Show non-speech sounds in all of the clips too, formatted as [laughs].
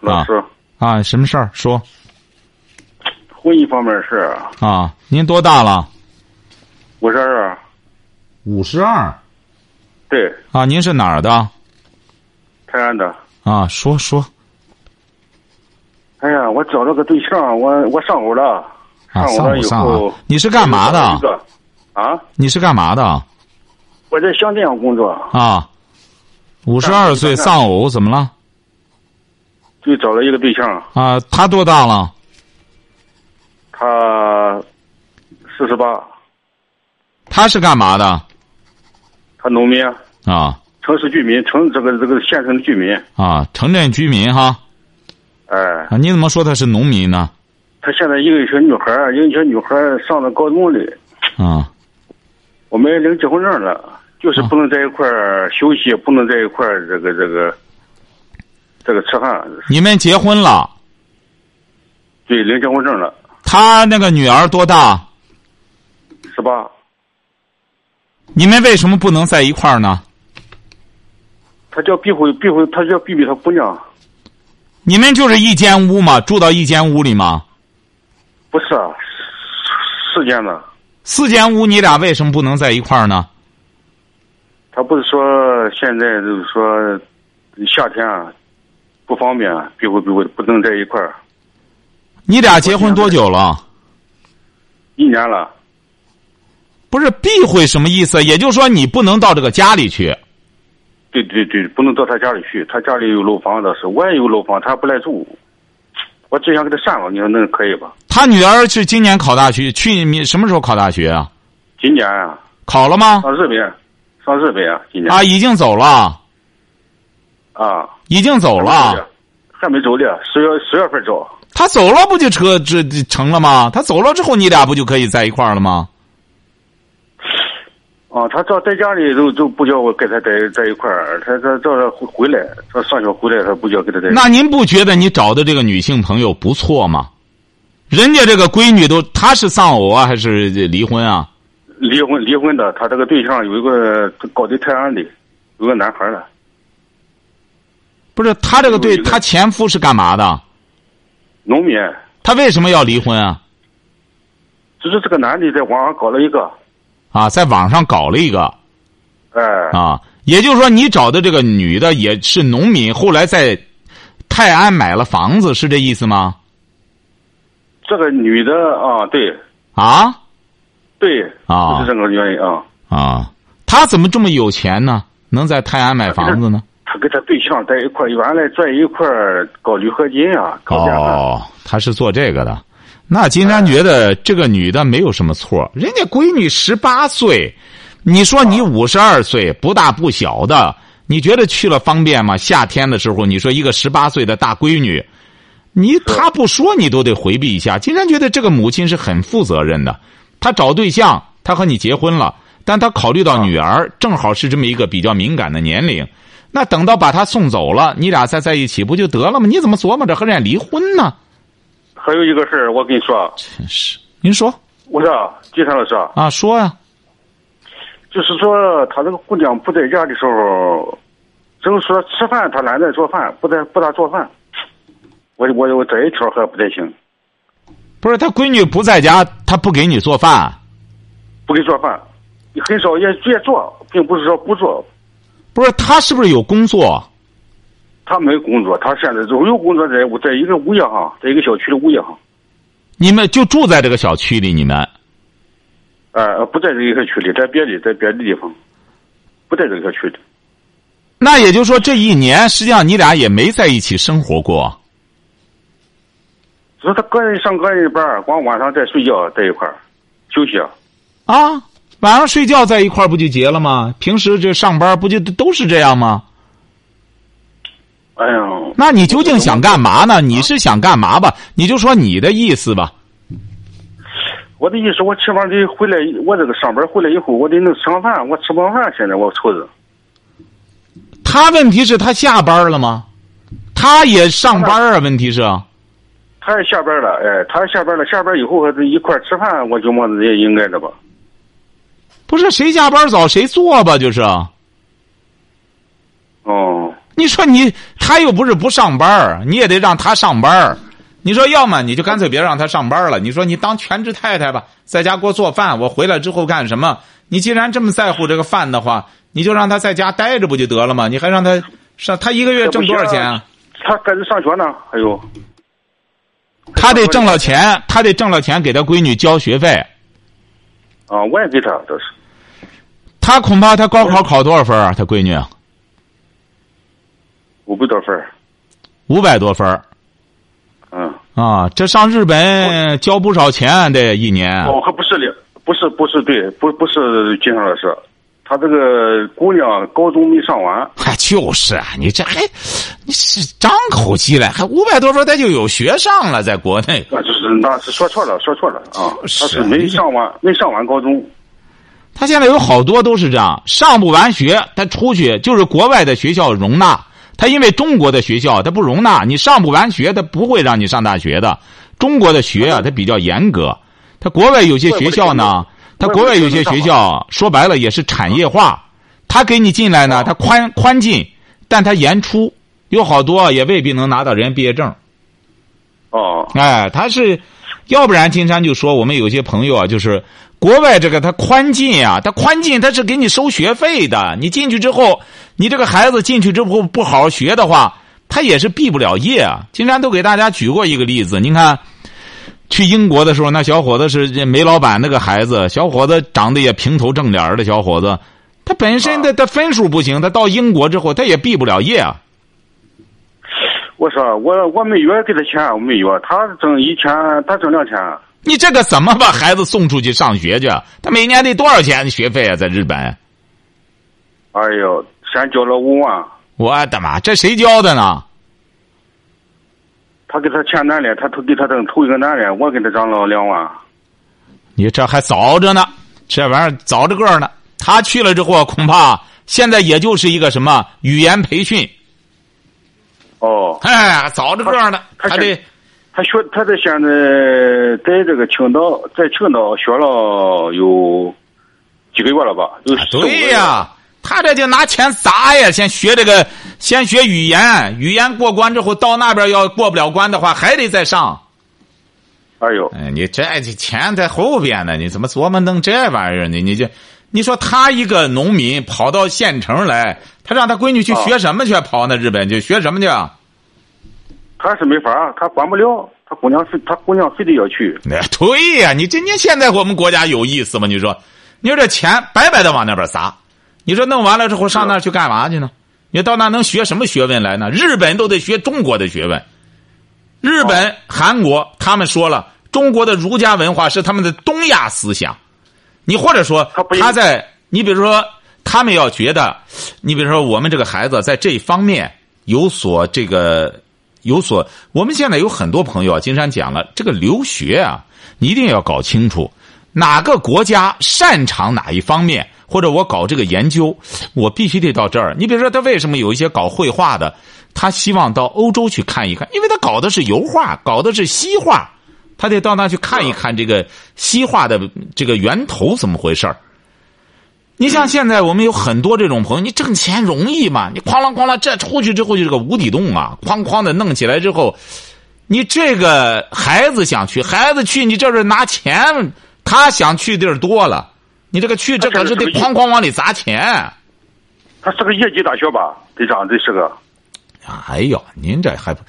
老师，啊，什么事儿？说婚姻方面的事儿。啊，您多大了？五十二，五十二啊对，啊，您是哪儿的？泰安的。啊，说说哎呀，我找了个对象，我我上午了，啊，上上午了午以上后啊，，你是干嘛我找了一的？个啊，你是干嘛的？我在乡镇上工作，啊，五十二岁丧偶怎么了？就找了一个对象，啊，他多大了？他四十八，他是干嘛的？他农民，啊城市居民，城这个这个县城的居民。啊，城镇居民哈哎，啊？你怎么说他是农民呢？他现在一个小女孩儿，一个小女孩儿上了高中了，啊我们领结婚证了，就是不能在一块儿休息，不能在一块儿这个这个这个吃饭。你们结婚了？对，领结婚证了，他那个女儿多大？十八。你们为什么不能在一块儿呢？他叫避讳避讳，他叫避避他姑娘，你们就是一间屋嘛，住到一间屋里嘛。不是啊，是这样的。四间屋，你俩为什么不能在一块儿呢？他不是说现在就是说夏天啊不方便啊，避讳避讳，不能在一块儿。你俩结婚多久了？一年了，不是避讳什么意思？也就是说，你不能到这个家里去。对对对，不能到他家里去，他家里有楼房倒是，我也有楼房，他不来住，我只想给他散了，你说那可以吧？他女儿是今年考大学，去你什么时候考大学啊？今年啊，考了吗？上日本，上日本啊，今年啊，已经走了，啊，已经走了。啊还没走呢，十月十月份走，他走了不就车这这成了吗？他走了之后，你俩不就可以在一块儿了吗？啊，他照在家里都都不叫我跟他在在一块儿，他他照着回回来，他上学回来他不叫跟他在一块儿。那您不觉得你找的这个女性朋友不错吗？人家这个闺女都，她是丧偶啊，还是离婚啊？离婚离婚的，他这个对象有一个搞的泰安的，有个男孩儿的，不是，她这个对有一个她前夫是干嘛的？农民，她为什么要离婚啊？就是这个男的在网上搞了一个，啊，在网上搞了一个哎，啊，也就是说，你找的这个女的也是农民，后来在泰安买了房子，是这意思吗？这个女的啊，对啊对，啊就是这个原因啊。啊，他怎么这么有钱呢？能在泰安买房子呢？他跟他对象在一块儿，原来在一块儿搞铝合金啊，搞电焊。哦，他是做这个的。那金山觉得这个女的没有什么错，人家闺女十八岁，你说你五十二岁，不大不小的，你觉得去了方便吗？夏天的时候，你说一个十八岁的大闺女，你她不说你都得回避一下。金山觉得这个母亲是很负责任的，她找对象，她和你结婚了，但她考虑到女儿正好是这么一个比较敏感的年龄，那等到把她送走了，你俩再在一起不就得了吗？你怎么琢磨着和人家离婚呢？还有一个事儿，我跟你说，啊真是，您说我说金山老师啊，啊，说呀、就是说他这个姑娘不在家的时候，就是说吃饭他懒得做饭，不在不大做饭。我我我这一条还不太行，不是她闺女不在家，她不给你做饭，不给做饭，很少也也做，并不是说不做。不是她是不是有工作？他没工作，他现在都有工作在我在一个物业行，在一个小区的物业行，你们就住在这个小区里，你们呃，不在这个小区里，在别的在别的地方，不在这个小区里。那也就是说这一年，实际上你俩也没在一起生活过。只是他个人上个人班儿，光晚上在睡觉在一块儿休息啊。啊，晚上睡觉在一块儿不就结了吗？平时这上班不就都是这样吗？哎呀，那你究竟想干嘛呢？你是想干嘛吧？你就说你的意思吧。我的意思，我吃完得回来，我这个上班回来以后，我得能吃上饭，我吃不上饭，现在我愁着。他问题是他下班了吗？他也上班啊？问题是，他也下班了，哎，他也下班了，下班以后还得一块儿吃饭，我就么子也应该的吧。不是谁下班早谁做吧？就是，哦，你说你他又不是不上班儿你也得让他上班儿你说要么你就干脆别让他上班了，你说你当全职太太吧，在家给我做饭，我回来之后干什么？你既然这么在乎这个饭的话，你就让他在家待着不就得了吗？你还让他上他一个月挣多少钱啊？他赶着上学呢，还有，他得挣了钱，他得挣了钱给他闺女交学费。啊，我也给他，这是他恐怕他高考考多少分啊？他闺女五百多分儿五百多分儿嗯，啊！这上日本交不少钱得一年。哦，还不是的，不是不是对，不不是金山老师，他这个姑娘高中没上完， [laughs] 嗨，就是啊，你这还你是张口气来，还五百多分，他就有学上了，在国内。那就是那是说错了，说错了啊，他是是没你这上完，没上完高中，他现在有好多都是这样，上不完学，他出去就是国外的学校容纳他，因为中国的学校他不容纳你上不完学，他不会让你上大学的。中国的学啊，它比较严格，他国外有些学校呢，他国外有些学校说白了也是产业化，他给你进来呢，他宽宽进，但他严出，有好多啊也未必能拿到人家毕业证。哦，哎，他是，要不然金山就说我们有些朋友啊，就是国外这个他宽进啊，他宽进他是给你收学费的，你进去之后，你这个孩子进去之后不好好学的话，他也是毕不了业啊。金山都给大家举过一个例子，您看。去英国的时候，那小伙子是这煤老板那个孩子，小伙子长得也平头正脸儿的小伙子，他本身的他分数不行，他到英国之后他也毕不了业啊。我说我我每月给他钱，我每月他挣一千，他挣两千，你这个怎么把孩子送出去上学去？啊他每年得多少钱学费啊？在日本，哎呦，先交了五万，我的妈，这谁教的呢？他给他前男的，他头给他挣头一个男的，我给他涨了两万，你这还早着呢，这玩意儿早着个儿呢。他去了之后，恐怕现在也就是一个什么语言培训，哦。哎，早着个儿呢，他还得他学，他在现在在这个青岛，在青岛学了有几个月了吧？有四五个啊对月呀、他这就拿钱砸呀，先学这个，先学语言，语言过关之后，到那边要过不了关的话，还得再上。哎呦，哎，你这这钱在后边呢，你怎么琢磨弄这玩意儿呢？你这，你说他一个农民跑到县城来，他让他闺女去学什么去？跑那日本去学什么去？啊？他是没法儿，他管不了，他姑娘非他姑娘非得要去。那对呀、你这你现在我们国家有意思吗？你说，你说这钱白白的往那边撒，你说弄完了之后上那儿去干嘛去呢？你到那能学什么学问来呢？日本都得学中国的学问，日本、哦韩国他们说了，中国的儒家文化是他们的东亚思想。你或者说他不他在你比如说他们要觉得，你比如说我们这个孩子在这一方面有所这个有所，我们现在有很多朋友啊，金山讲了，这个留学啊，你一定要搞清楚哪个国家擅长哪一方面，或者我搞这个研究，我必须得到这儿。你比如说，他为什么有一些搞绘画的，他希望到欧洲去看一看，因为他搞的是油画，搞的是西画，他得到那去看一看这个西画的这个源头怎么回事儿。你像现在我们有很多这种朋友，你挣钱容易吗？你哐啷哐啷，这出去之后就是个无底洞啊！哐哐的弄起来之后，你这个孩子想去，孩子去，你这是拿钱，他想去地儿多了，你这个去这可是得哐哐往里砸钱。他是个业绩大学吧？队长，这是个哎呦，您这还不，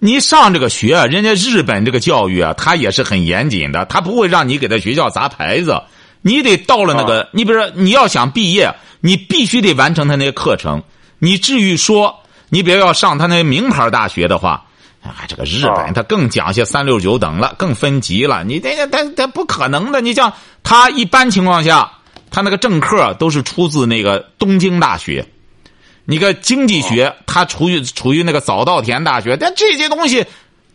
你上这个学啊，人家日本这个教育啊，他也是很严谨的，他不会让你给他学校砸牌子，你得到了那个，你比如说你要想毕业，你必须得完成他那些课程，你至于说你别要上他那名牌大学的话。哎，这个日啊本他更讲些三六九等了，更分级了。你这他他不可能的。你像他一般情况下，他那个正课都是出自那个东京大学，你个经济哦学，它处于处于那个早稻田大学，但这些东西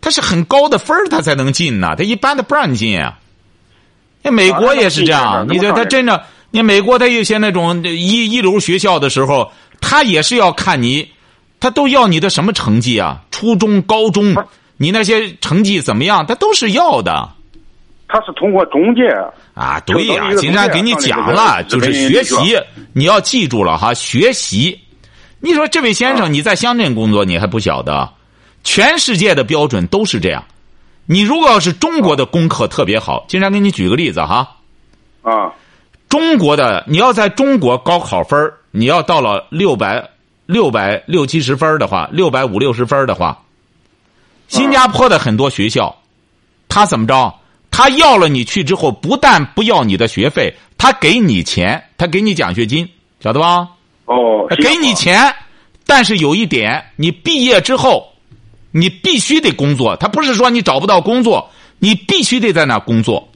它是很高的分儿它才能进呐、它一般的不让你进啊。那美啊国那也是必这然的样，那你么这当他然真的，你美国他有些那种一一流学校的时候，他也是要看你，他都要你的什么成绩啊？初中、高中不是，你那些成绩怎么样？他都是要的。他是通过中介，啊，对呀、就等于一个金山给你讲了，中就介是上学面一个人习，你要记住了哈，学习。你说这位先啊生，你在乡镇工作，你还不晓得，全世界的标准都是这样。你如果要是中国的功课特别好，金山给你举个例子哈，啊，中国的你要在中国高考分儿你要到了六百六百六七十分儿的话，六百五六十分儿的话，新加坡的很多学校，他怎么着？他要了你去之后，不但不要你的学费，他给你钱，他给你奖学金，晓得吧？哦，呃给你钱，但是有一点，你毕业之后，你必须得工作。他不是说你找不到工作，你必须得在那儿工作。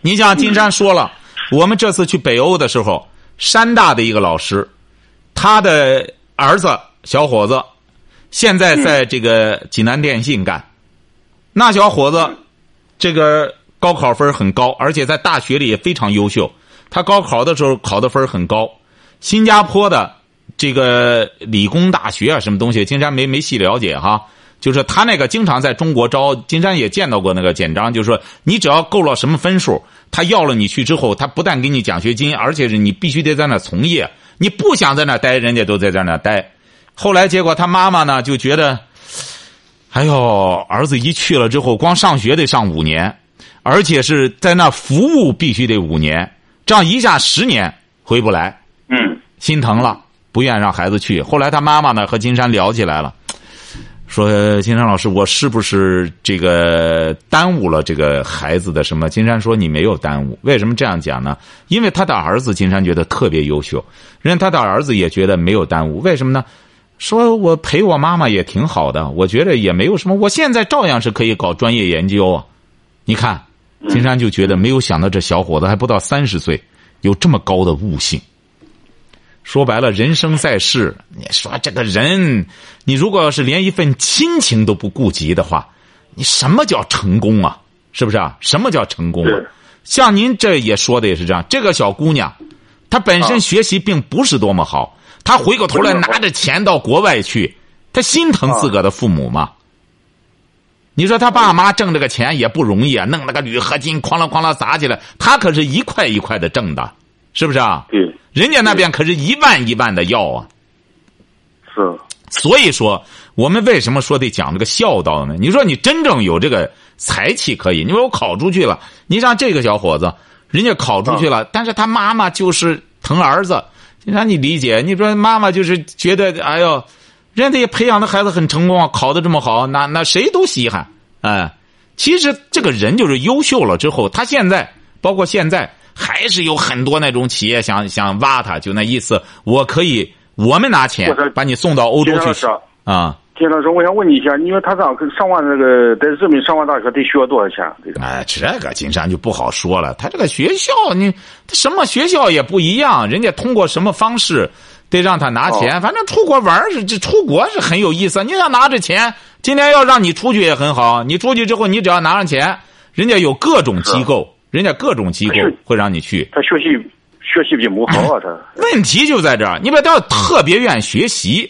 你想，金山说了，我们这次去北欧的时候，山大的一个老师，他的儿子小伙子，现在在这个济南电信干。那小伙子，这个高考分儿很高，而且在大学里也非常优秀。他高考的时候考的分儿很高，新加坡的这个理工大学啊，什么东西，金山没没细了解哈。就是他那个经常在中国招，金山也见到过那个简章，就是说你只要够了什么分数，他要了你去之后，他不但给你奖学金，而且是你必须得在那儿从业，你不想在那儿待，人家都在在那儿待。后来结果他妈妈呢就觉得，哎呦，儿子一去了之后，光上学得上五年，而且是在那儿服务必须得五年，这样一下十年回不来。嗯，心疼了，不愿让孩子去。后来他妈妈呢和金山聊起来了，说：“金山老师，我是不是这个耽误了这个孩子的什么？”金山说：“你没有耽误。为什么这样讲呢？因为他的儿子，金山觉得特别优秀，人家他的儿子也觉得没有耽误。为什么呢？”说我陪我妈妈也挺好的，我觉得也没有什么，我现在照样是可以搞专业研究啊。你看，金山就觉得没有想到这小伙子还不到三十岁，有这么高的悟性。说白了，人生在世，你说这个人，你如果要是连一份亲情都不顾及的话，你什么叫成功啊？是不是啊？什么叫成功啊是？像您这也说的也是这样，这个小姑娘，她本身啊学习并不是多么好，她回过头来不是多么好拿着钱到国外去，她心疼自个的父母嘛。你说他爸妈挣这个钱也不容易啊，弄那个铝合金哐啷哐啷砸起来，他可是一块一块的挣的，是不是啊？对，人家那边可是一万一万的要啊。是，所以说，我们为什么说得讲这个孝道呢？你说你真正有这个才气可以，你说我考出去了，你像这个小伙子，人家考出去了，但是他妈妈就是疼儿子，你让你理解，你说妈妈就是觉得，哎呦，人家也培养的孩子很成功啊，考的这么好，那那谁都稀罕，哎，其实这个人就是优秀了之后，他现在包括现在还是有很多那种企业想想挖他，就那意思，我可以。我们拿钱我说把你送到欧金洲山老去师啊，啊，金山老师，我想问你一下，因为他上上万那个在日本上完大学得需要多少钱？这个哎，这个金山就不好说了。他这个学校，你他什么学校也不一样，人家通过什么方式得让他拿钱。反正出国玩儿是这出国是很有意思，你要拿着钱，今天要让你出去也很好。你出去之后，你只要拿上钱，人家有各种机构，人家各种机构是会让你去。他学习学习比母好啊，他问题就在这儿，你把他特别愿意学习，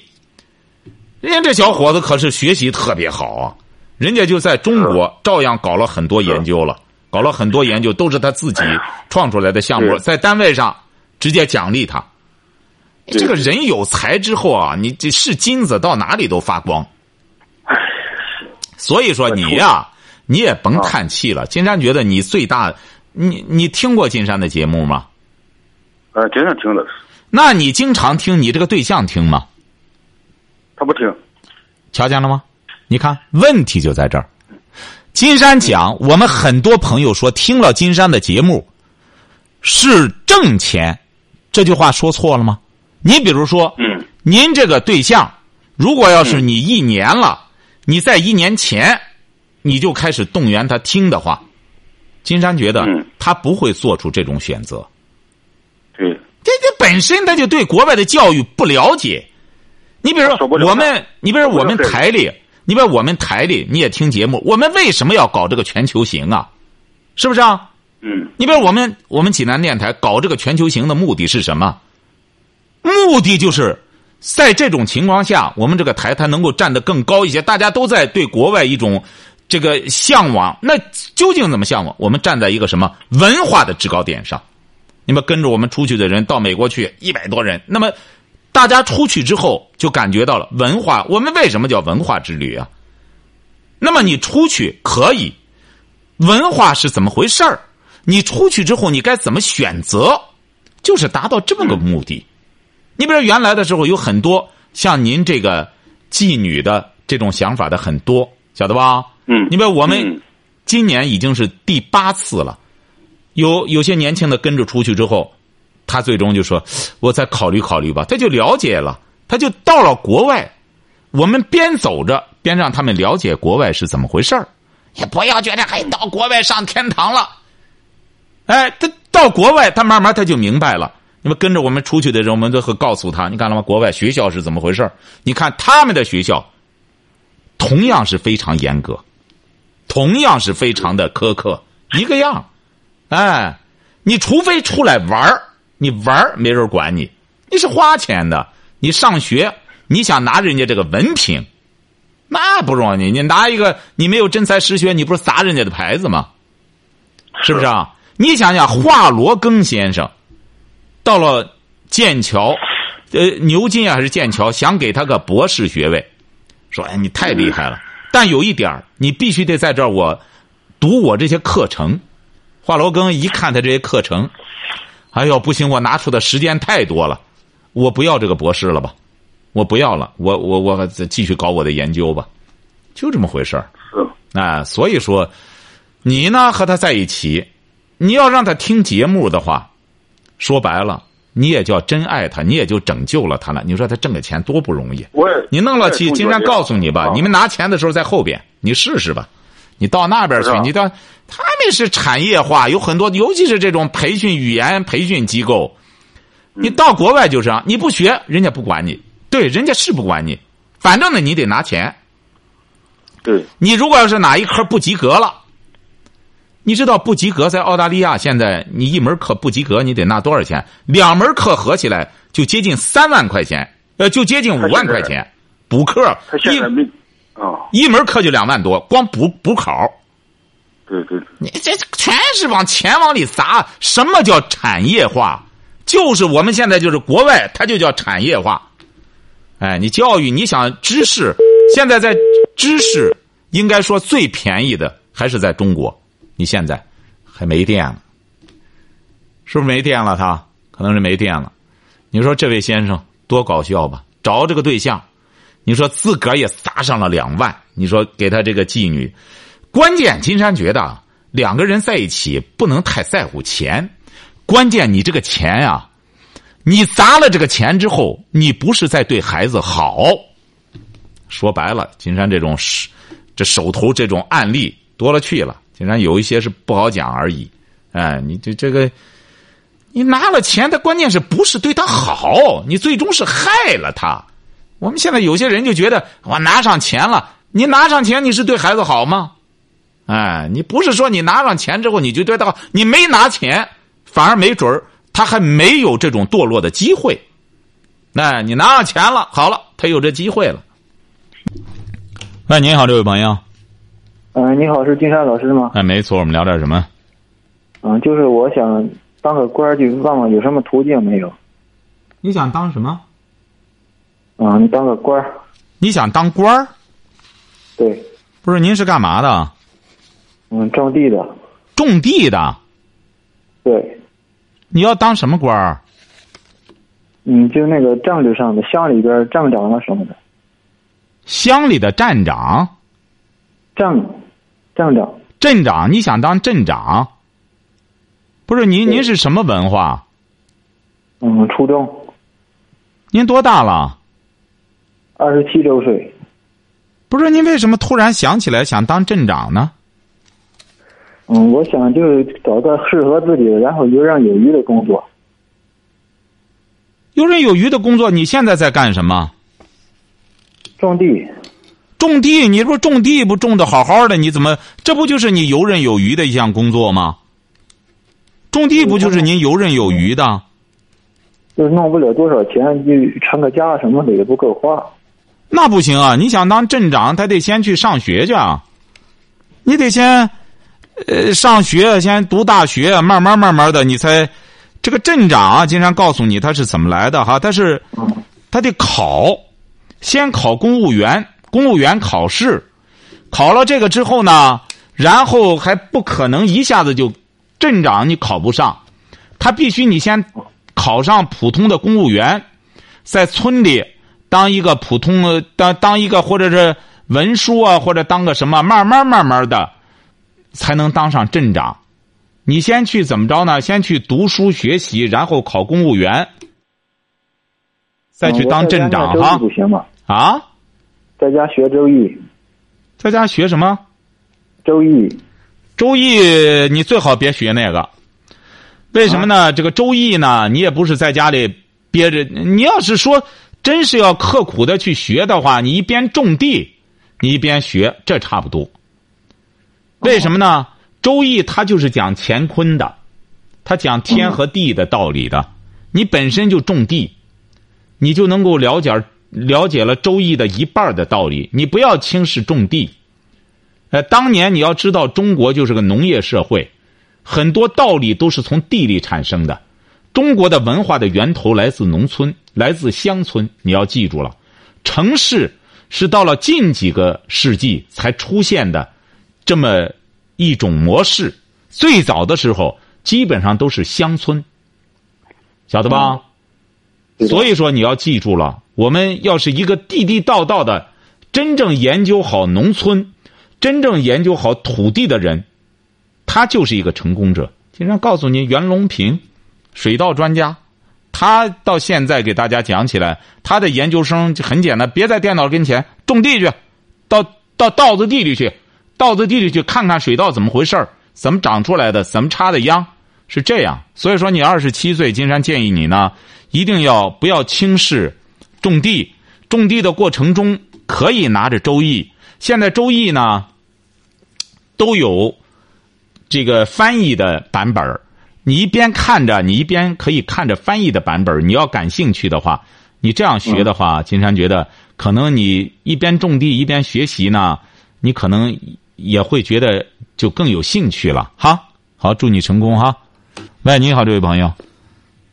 人家这小伙子可是学习特别好啊，人家就在中国照样搞了很多研究了，搞了很多研究都是他自己创出来的项目，是在单位上直接奖励他。这个人有才之后啊，你这是金子，到哪里都发光。哎所以说你呀、你也甭叹气了。金山觉得你最大，你你听过金山的节目吗？呃，经常听的，那你经常听你这个对象听吗？他不听，瞧见了吗？你看，问题就在这儿。金山讲，我们很多朋友说听了金山的节目是挣钱，这句话说错了吗？你比如说，嗯，您这个对象，如果要是你一年了，你在一年前你就开始动员他听的话，金山觉得嗯他不会做出这种选择。对，这这本身他就对国外的教育不了解。你比如说说不了我们，你比如说不我了们对台里，你比如我们台里，你也听节目，我们为什么要搞这个全球行啊？是不是啊？嗯，你比如我们我们济南电台搞这个全球行的目的是什么？目的就是在这种情况下，我们这个台它能够站得更高一些。大家都在对国外一种这个向往，那究竟怎么向往？我们站在一个什么文化的制高点上？你们跟着我们出去的人到美国去一百多人，那么大家出去之后就感觉到了文化。我们为什么叫文化之旅啊？那么你出去可以，文化是怎么回事儿？你出去之后你该怎么选择？就是达到这么个目的。你比如说原来的时候有很多像您这个妓女的这种想法的很多，晓得吧？嗯你比如我嗯们今年已经是第八次了，有有些年轻的跟着出去之后，他最终就说：“我再考虑考虑吧。”他就了解了，他就到了国外。我们边走着边让他们了解国外是怎么回事儿，也不要觉得嘿到国外上天堂了。哎，他到国外，他慢慢他就明白了。你们跟着我们出去的人，我们都会告诉他，你看了吗？国外学校是怎么回事儿你看他们的学校，同样是非常严格，同样是非常的苛刻，一个样儿。哎，你除非出来玩儿，你玩儿没人管你，你是花钱的，你上学，你想拿人家这个文凭，那不容易。你拿一个，你没有真才实学，你不是砸人家的牌子吗？是不是啊？你想想，华罗庚先生到了剑桥，呃，牛津啊还是剑桥，想给他个博士学位，说：“哎，你太厉害了，但有一点儿你必须得在这儿我读我这些课程。”华罗庚一看他这些课程，哎呦，不行，我拿出的时间太多了，我不要这个博士了吧，我不要了，我我我再继续搞我的研究吧，就这么回事儿。是，啊，所以说，你呢和他在一起，你要让他听节目的话，说白了，你也叫真爱他，你也就拯救了他了。你说他挣个钱多不容易，我也你弄了去，我也金山同意告诉你吧啊，你们拿钱的时候在后边，你试试吧。你到那边去是啊，你到他们是产业化，有很多，尤其是这种培训语言培训机构，嗯你到国外就是啊，你不学，人家不管你，对，人家是不管你，反正呢，你得拿钱。对，你如果要是哪一科不及格了，你知道不及格在澳大利亚现在你一门课不及格，你得拿多少钱？两门课合起来就接近三万块钱，呃，就接近五万块钱。补课他现在一没啊，一门课就两万多，光补补考，对对，对你这全是往钱往里砸。什么叫产业化？就是我们现在就是国外，它就叫产业化。哎，你教育，你想知识，现在在知识应该说最便宜的还是在中国。你现在还没电了，是不是没电了他？可能是没电了。你说这位先生多搞笑吧？找这个对象，你说自个儿也撒上了两万，你说给他这个妓女，关键金山觉得啊两个人在一起不能太在乎钱，关键你这个钱啊，你砸了这个钱之后，你不是在对孩子好。说白了，金山这种是这手头这种案例多了去了，金山有一些是不好讲而已。哎，你这这个，你拿了钱，他关键是不是对他好？你最终是害了他。我们现在有些人就觉得，我拿上钱了，你拿上钱，你是对孩子好吗？哎，你不是说你拿上钱之后你就对他好，你没拿钱，反而没准儿他还没有这种堕落的机会。那、你拿上钱了，好了，他有这机会了。喂，您好，这位朋友。嗯，你好，是金山老师吗？哎，没错，我们聊点什么？嗯，就是我想当个官儿，就问问有什么途径没有？你想当什么？嗯，当个官儿，你想当官儿？对，不是，您是干嘛的？嗯，种地的，种地的。对，你要当什么官儿？嗯，就那个政治上的，乡里边儿镇长啊什么的，乡里的站长、镇，镇长，镇长。你想当镇长？不是，您对您是什么文化？嗯，初中，您多大了？二十七周岁，不是您为什么突然想起来想当镇长呢？嗯，我想就是找个适合自己的，然后游刃有余的工作，游刃有余的工作，你现在在干什么？种地，种地，你说种地不种的好好的，你怎么这不就是你游刃有余的一项工作吗？种地不就是您游刃有余的？就是弄不了多少钱，就成个家什么的也不够花。那不行啊！你想当镇长，他得先去上学去啊，你得先，呃，上学，先读大学，慢慢慢慢的，你才，这个镇长啊，经常告诉你他是怎么来的哈，他是，他得考，先考公务员，公务员考试，考了这个之后呢，然后还不可能一下子就，镇长你考不上，他必须你先考上普通的公务员，在村里。当一个普通呃当当一个或者是文书啊，或者当个什么，慢慢慢慢的，才能当上镇长。你先去怎么着呢？先去读书学习，然后考公务员，再去当镇长嗯我哈在家练周易不行吗？啊！在家学周易，在家学什么？周易周易你最好别学那个，为什么呢？这个周易呢，你也不是在家里憋着。你要是说真是要刻苦的去学的话，你一边种地，你一边学，这差不多。为什么呢？周易它就是讲乾坤的，它讲天和地的道理的。你本身就种地，你就能够了解了解了周易的一半儿的道理。你不要轻视种地。呃，当年你要知道，中国就是个农业社会，很多道理都是从地里产生的。中国的文化的源头来自农村，来自乡村，你要记住了。城市是到了近几个世纪才出现的这么一种模式。最早的时候，基本上都是乡村，晓得吧？嗯对的所以说你要记住了，我们要是一个地地道道的，真正研究好农村，真正研究好土地的人，他就是一个成功者。经常告诉您，袁隆平，水稻专家，他到现在给大家讲起来，他的研究生就很简单，别在电脑跟前种地去，到到稻子地里去，稻子地里去看看水稻怎么回事儿，怎么长出来的，怎么插的秧，是这样。所以说，你二十七岁，金山建议你呢，一定要不要轻视种地，种地的过程中可以拿着周易，现在周易呢都有这个翻译的版本儿你一边看着，你一边可以看着翻译的版本儿你要感兴趣的话，你这样学的话，金山觉得可能你一边种地一边学习呢，你可能也会觉得就更有兴趣了哈。好，祝你成功哈！喂，你好，这位朋友，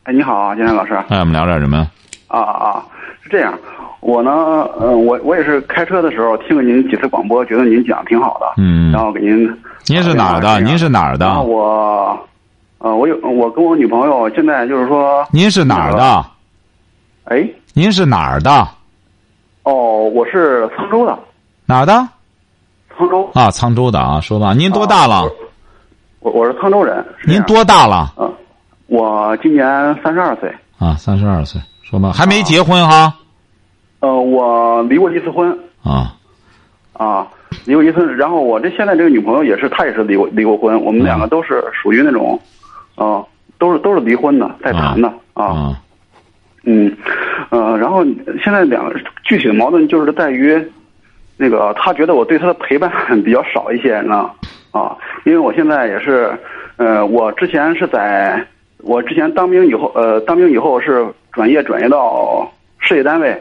哎，你好，金山老师。啊哎，我们聊点什么？啊啊，是这样，我呢，呃，我我也是开车的时候听了您几次广播，觉得您讲挺好的，嗯然后给您。呃您是哪儿的？您是哪儿然的？啊后我，呃，我有我跟我女朋友现在就是说，您是哪儿的？哎，您是哪儿的？哦，我是沧州的，哪儿的？沧州，啊，沧州的啊，说吧，您多大了？我我是沧州人。是这您样？多大了？嗯、我今年三十二岁，啊，三十二岁，说吧，还没结婚哈？呃，我离过一次婚啊，啊。离过一次，然后我这现在这个女朋友也是，她也是离过离过婚，我们两个都是属于那种，啊、都是都是离婚的，在谈的啊啊，嗯，呃，然后现在两个具体的矛盾就是在于，那个他觉得我对他的陪伴比较少一些呢，啊，因为我现在也是，呃，我之前是在我之前当兵以后，呃，当兵以后是转业转业到事业单位，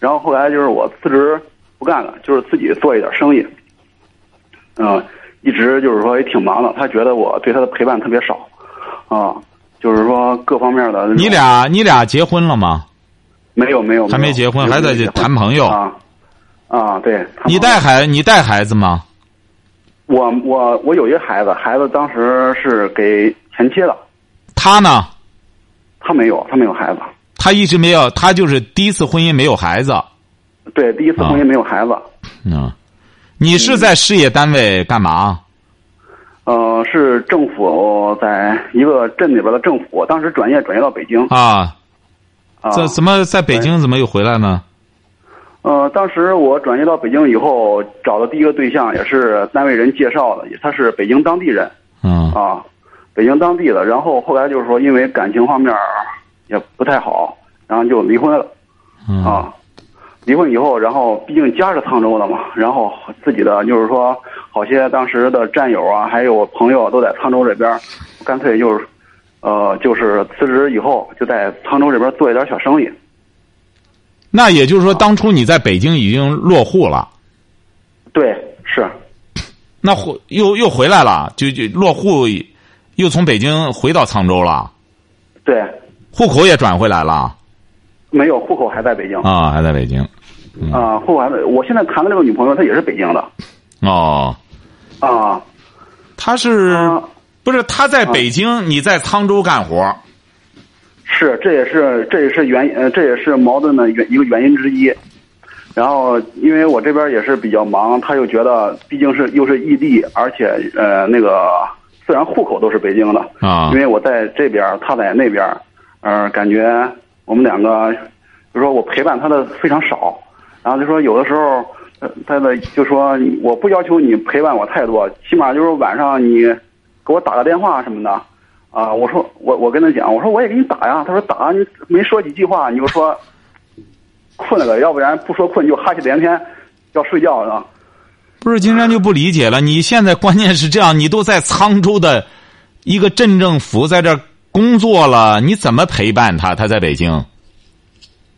然后后来就是我辞职不干了，就是自己做一点生意，嗯、一直就是说也挺忙的，他觉得我对他的陪伴特别少，啊，就是说各方面的那种。你俩你俩结婚了吗？没有没有，还没结婚有还在没有结婚谈朋友啊啊，对，谈朋你友带孩你带孩子吗？我我我有一个孩子，孩子当时是给前妻的，他呢？他没有，他没有孩子，他一直没有，他就是第一次婚姻没有孩子。对，第一次啊婚姻没有孩子，嗯，你是在事业单位干嘛？呃，是政府在一个镇里边的政府，我当时转业转业到北京啊，啊，这怎么在北京怎么又回来呢？呃，当时我转业到北京以后，找的第一个对象也是单位人介绍的，也他是北京当地人，啊嗯啊，北京当地的。然后后来就是说，因为感情方面儿也不太好，然后就离婚了。嗯啊，离婚以后，然后毕竟家是沧州的嘛，然后自己的就是说，好些当时的战友啊，还有我朋友都在沧州这边儿，干脆就是，呃，就是辞职以后就在沧州这边做一点小生意。那也就是说，当初你在北京已经落户了，对，是，那回又又回来了，就就落户，又从北京回到沧州了，对，户口也转回来了没有户口还在北京啊、啊，还在北京户口还在。我现在谈的这个女朋友她也是北京的哦。啊他是、啊，不是他在北京，你在沧州干活儿？是，这也是这也是原因呃，这也是矛盾的原一个原因之一。然后，因为我这边也是比较忙，他又觉得毕竟是又是异地，而且呃那个虽然户口都是北京的啊因为我在这边，他在那边，呃，感觉我们两个就说我陪伴他的非常少，然后就说有的时候，呃，他的就说我不要求你陪伴我太多，起码就是晚上你给我打个电话什么的，啊，我说我我跟他讲，我说我也给你打呀，他说打你没说几句话你就说困了个，要不然不说困就哈气连天，要睡觉啊了。不是，金山就不理解了。你现在关键是这样，你都在沧州的一个镇政府在这儿工作了，你怎么陪伴他？他在北京。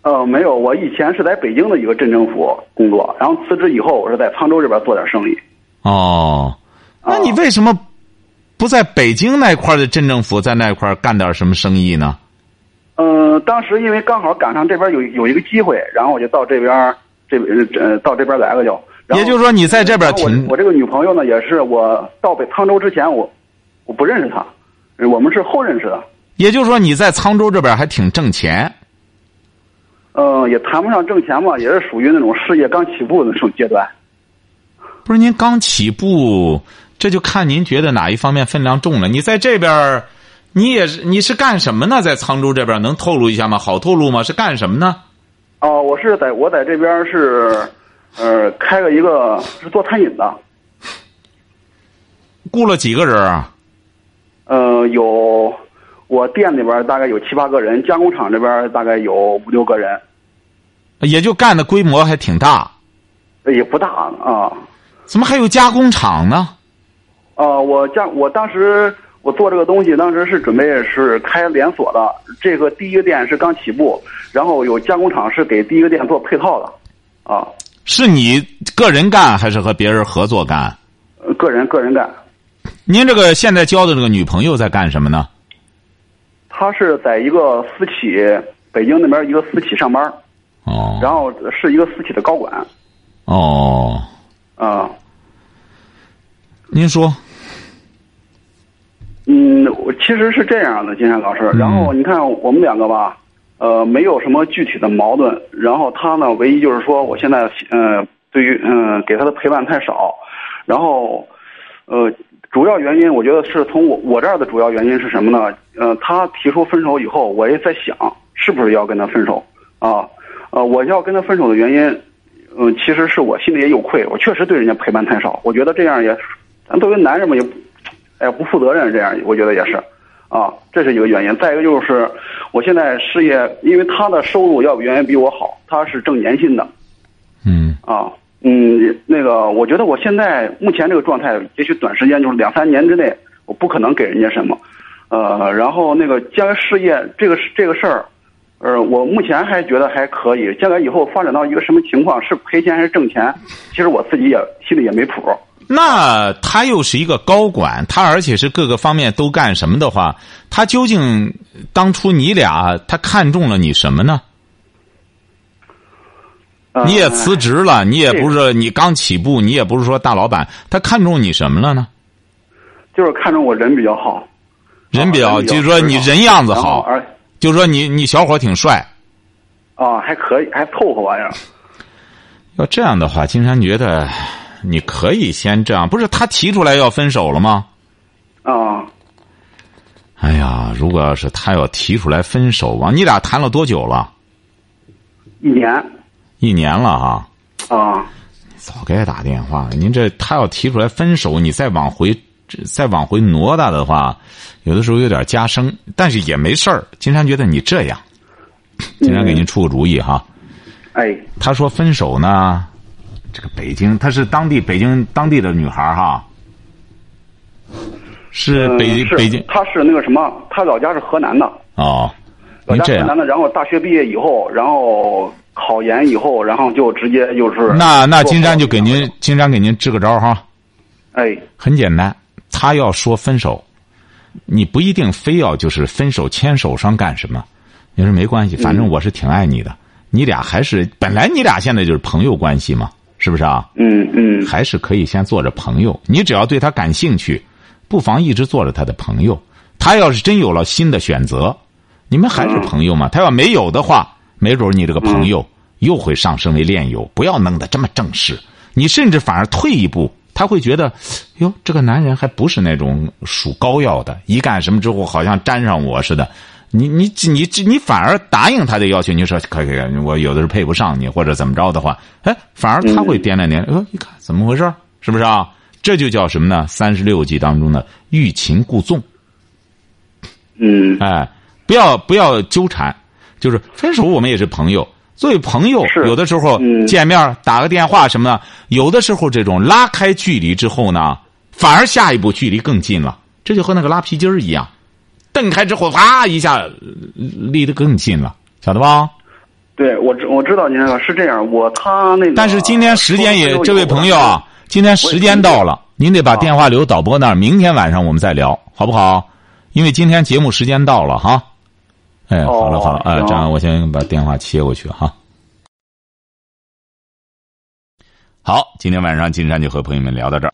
呃，没有，我以前是在北京的一个镇政府工作，然后辞职以后，我是在沧州这边做点生意。哦，那你为什么不在北京那块儿的镇政府在那块儿干点什么生意呢？呃，当时因为刚好赶上这边有有一个机会，然后我就到这边这呃到这边来了就。然后也就是说你在这边然后我停我这个女朋友呢，也是我到北沧州之前我我不认识她，呃我们是后认识的。也就是说你在沧州这边还挺挣钱。呃，也谈不上挣钱吧，也是属于那种事业刚起步的那种阶段。不是您刚起步，这就看您觉得哪一方面分量重了。你在这边儿，你也是你是干什么呢？在沧州这边儿能透露一下吗？好透露吗？是干什么呢？哦、我是在我在这边是，呃，开了一个是做餐饮的，雇了几个人啊？呃，有我店里边大概有七八个人，加工厂这边大概有五六个人，也就干的规模还挺大，呃也不大啊。怎么还有加工厂呢？呃，我加我当时我做这个东西，当时是准备是开连锁的，这个第一个店是刚起步，然后有加工厂是给第一个店做配套的，啊，是你个人干还是和别人合作干？呃个人个人干。您这个现在交的这个女朋友在干什么呢？他是在一个私企，北京那边一个私企上班，哦，然后是一个私企的高管，哦，啊、您说，嗯，我其实是这样的，金山老师。然后你看我们两个吧，呃，没有什么具体的矛盾。然后他呢，唯一就是说，我现在呃，对于嗯、给他的陪伴太少。然后，呃，主要原因我觉得是从我我这儿的主要原因是什么呢？呃，他提出分手以后，我也在想是不是要跟他分手啊？呃，我要跟他分手的原因，嗯、其实是我心里也有愧，我确实对人家陪伴太少。我觉得这样也，咱作为男人嘛，也不哎，不负责任，这样我觉得也是，啊，这是一个原因。再一个就是，我现在事业，因为他的收入要远远比我好，他是挣年薪的嗯，啊，嗯，那个，我觉得我现在目前这个状态，也许短时间就是两三年之内，我不可能给人家什么，呃，然后那个将来事业这个这个事儿，呃，我目前还觉得还可以，将来以后发展到一个什么情况，是赔钱还是挣钱，其实我自己也心里也没谱。那他又是一个高管，他而且是各个方面都干什么的话，他究竟当初你俩他看中了你什么呢？呃你也辞职了，你也这个不是你刚起步，你也不是说大老板，他看中你什么了呢？就是看中我人比较好，人比较，哦人比较就是说你人样子然后好，而就是说你你小伙挺帅。啊还可以，还凑合玩意儿。要这样的话，金山觉得你可以先这样，不是他提出来要分手了吗？啊，哎呀，如果要是他要提出来分手吧，你俩谈了多久了？一年一年了哈、啊，早该打电话了。您这他要提出来分手，你再往回再往回挪大的话，有的时候有点加深，但是也没事儿。金山觉得你这样，金嗯山给您出个主意哈。哎，他说分手呢，这个北京，她是当地北京当地的女孩儿哈，是嗯北京、是北京他是那个什么，他老家是河南的，哦。老您家这河样南，的，然后大学毕业以后，然后考研以后，然后就直接就是那那做金山好就给您金山给您支个招儿哈，哎，很简单，他要说分手，你不一定非要就是分手牵手上干什么，你说没关系，反正我是挺爱你的，你俩还是本来你俩现在就是朋友关系嘛，是不是啊？嗯嗯，还是可以先做着朋友。你只要对他感兴趣，不妨一直做着他的朋友。他要是真有了新的选择，你们还是朋友嘛？他要没有的话，没准儿你这个朋友又会上升为恋友。不要弄得这么正式，你甚至反而退一步，他会觉得，哟，这个男人还不是那种属膏药的，一干什么之后好像沾上我似的。你你你你反而答应他的要求，你说可以可以，我有的是配不上你或者怎么着的话，哎，反而他会掂量掂量，呃，一看怎么回事儿，是不是啊？这就叫什么呢？三十六计当中的欲擒故纵。嗯，哎，不要不要纠缠，就是分手我们也是朋友。作为朋友，是有的时候嗯见面儿打个电话什么的，有的时候这种拉开距离之后呢，反而下一步距离更近了。这就和那个拉皮筋儿一样，蹬开之后啪一下呃离得更近了，晓得吧？对我知我知道您那个是这样，我他那个，但是今天时间也说，分手以后这位朋友啊，今天时间到了，您得把电话留导播那儿，明天晚上我们再聊，好不好？因为今天节目时间到了哈。哎，好了好了，哎，行这样我先把电话切过去哈。好，今天晚上金山就和朋友们聊到这儿。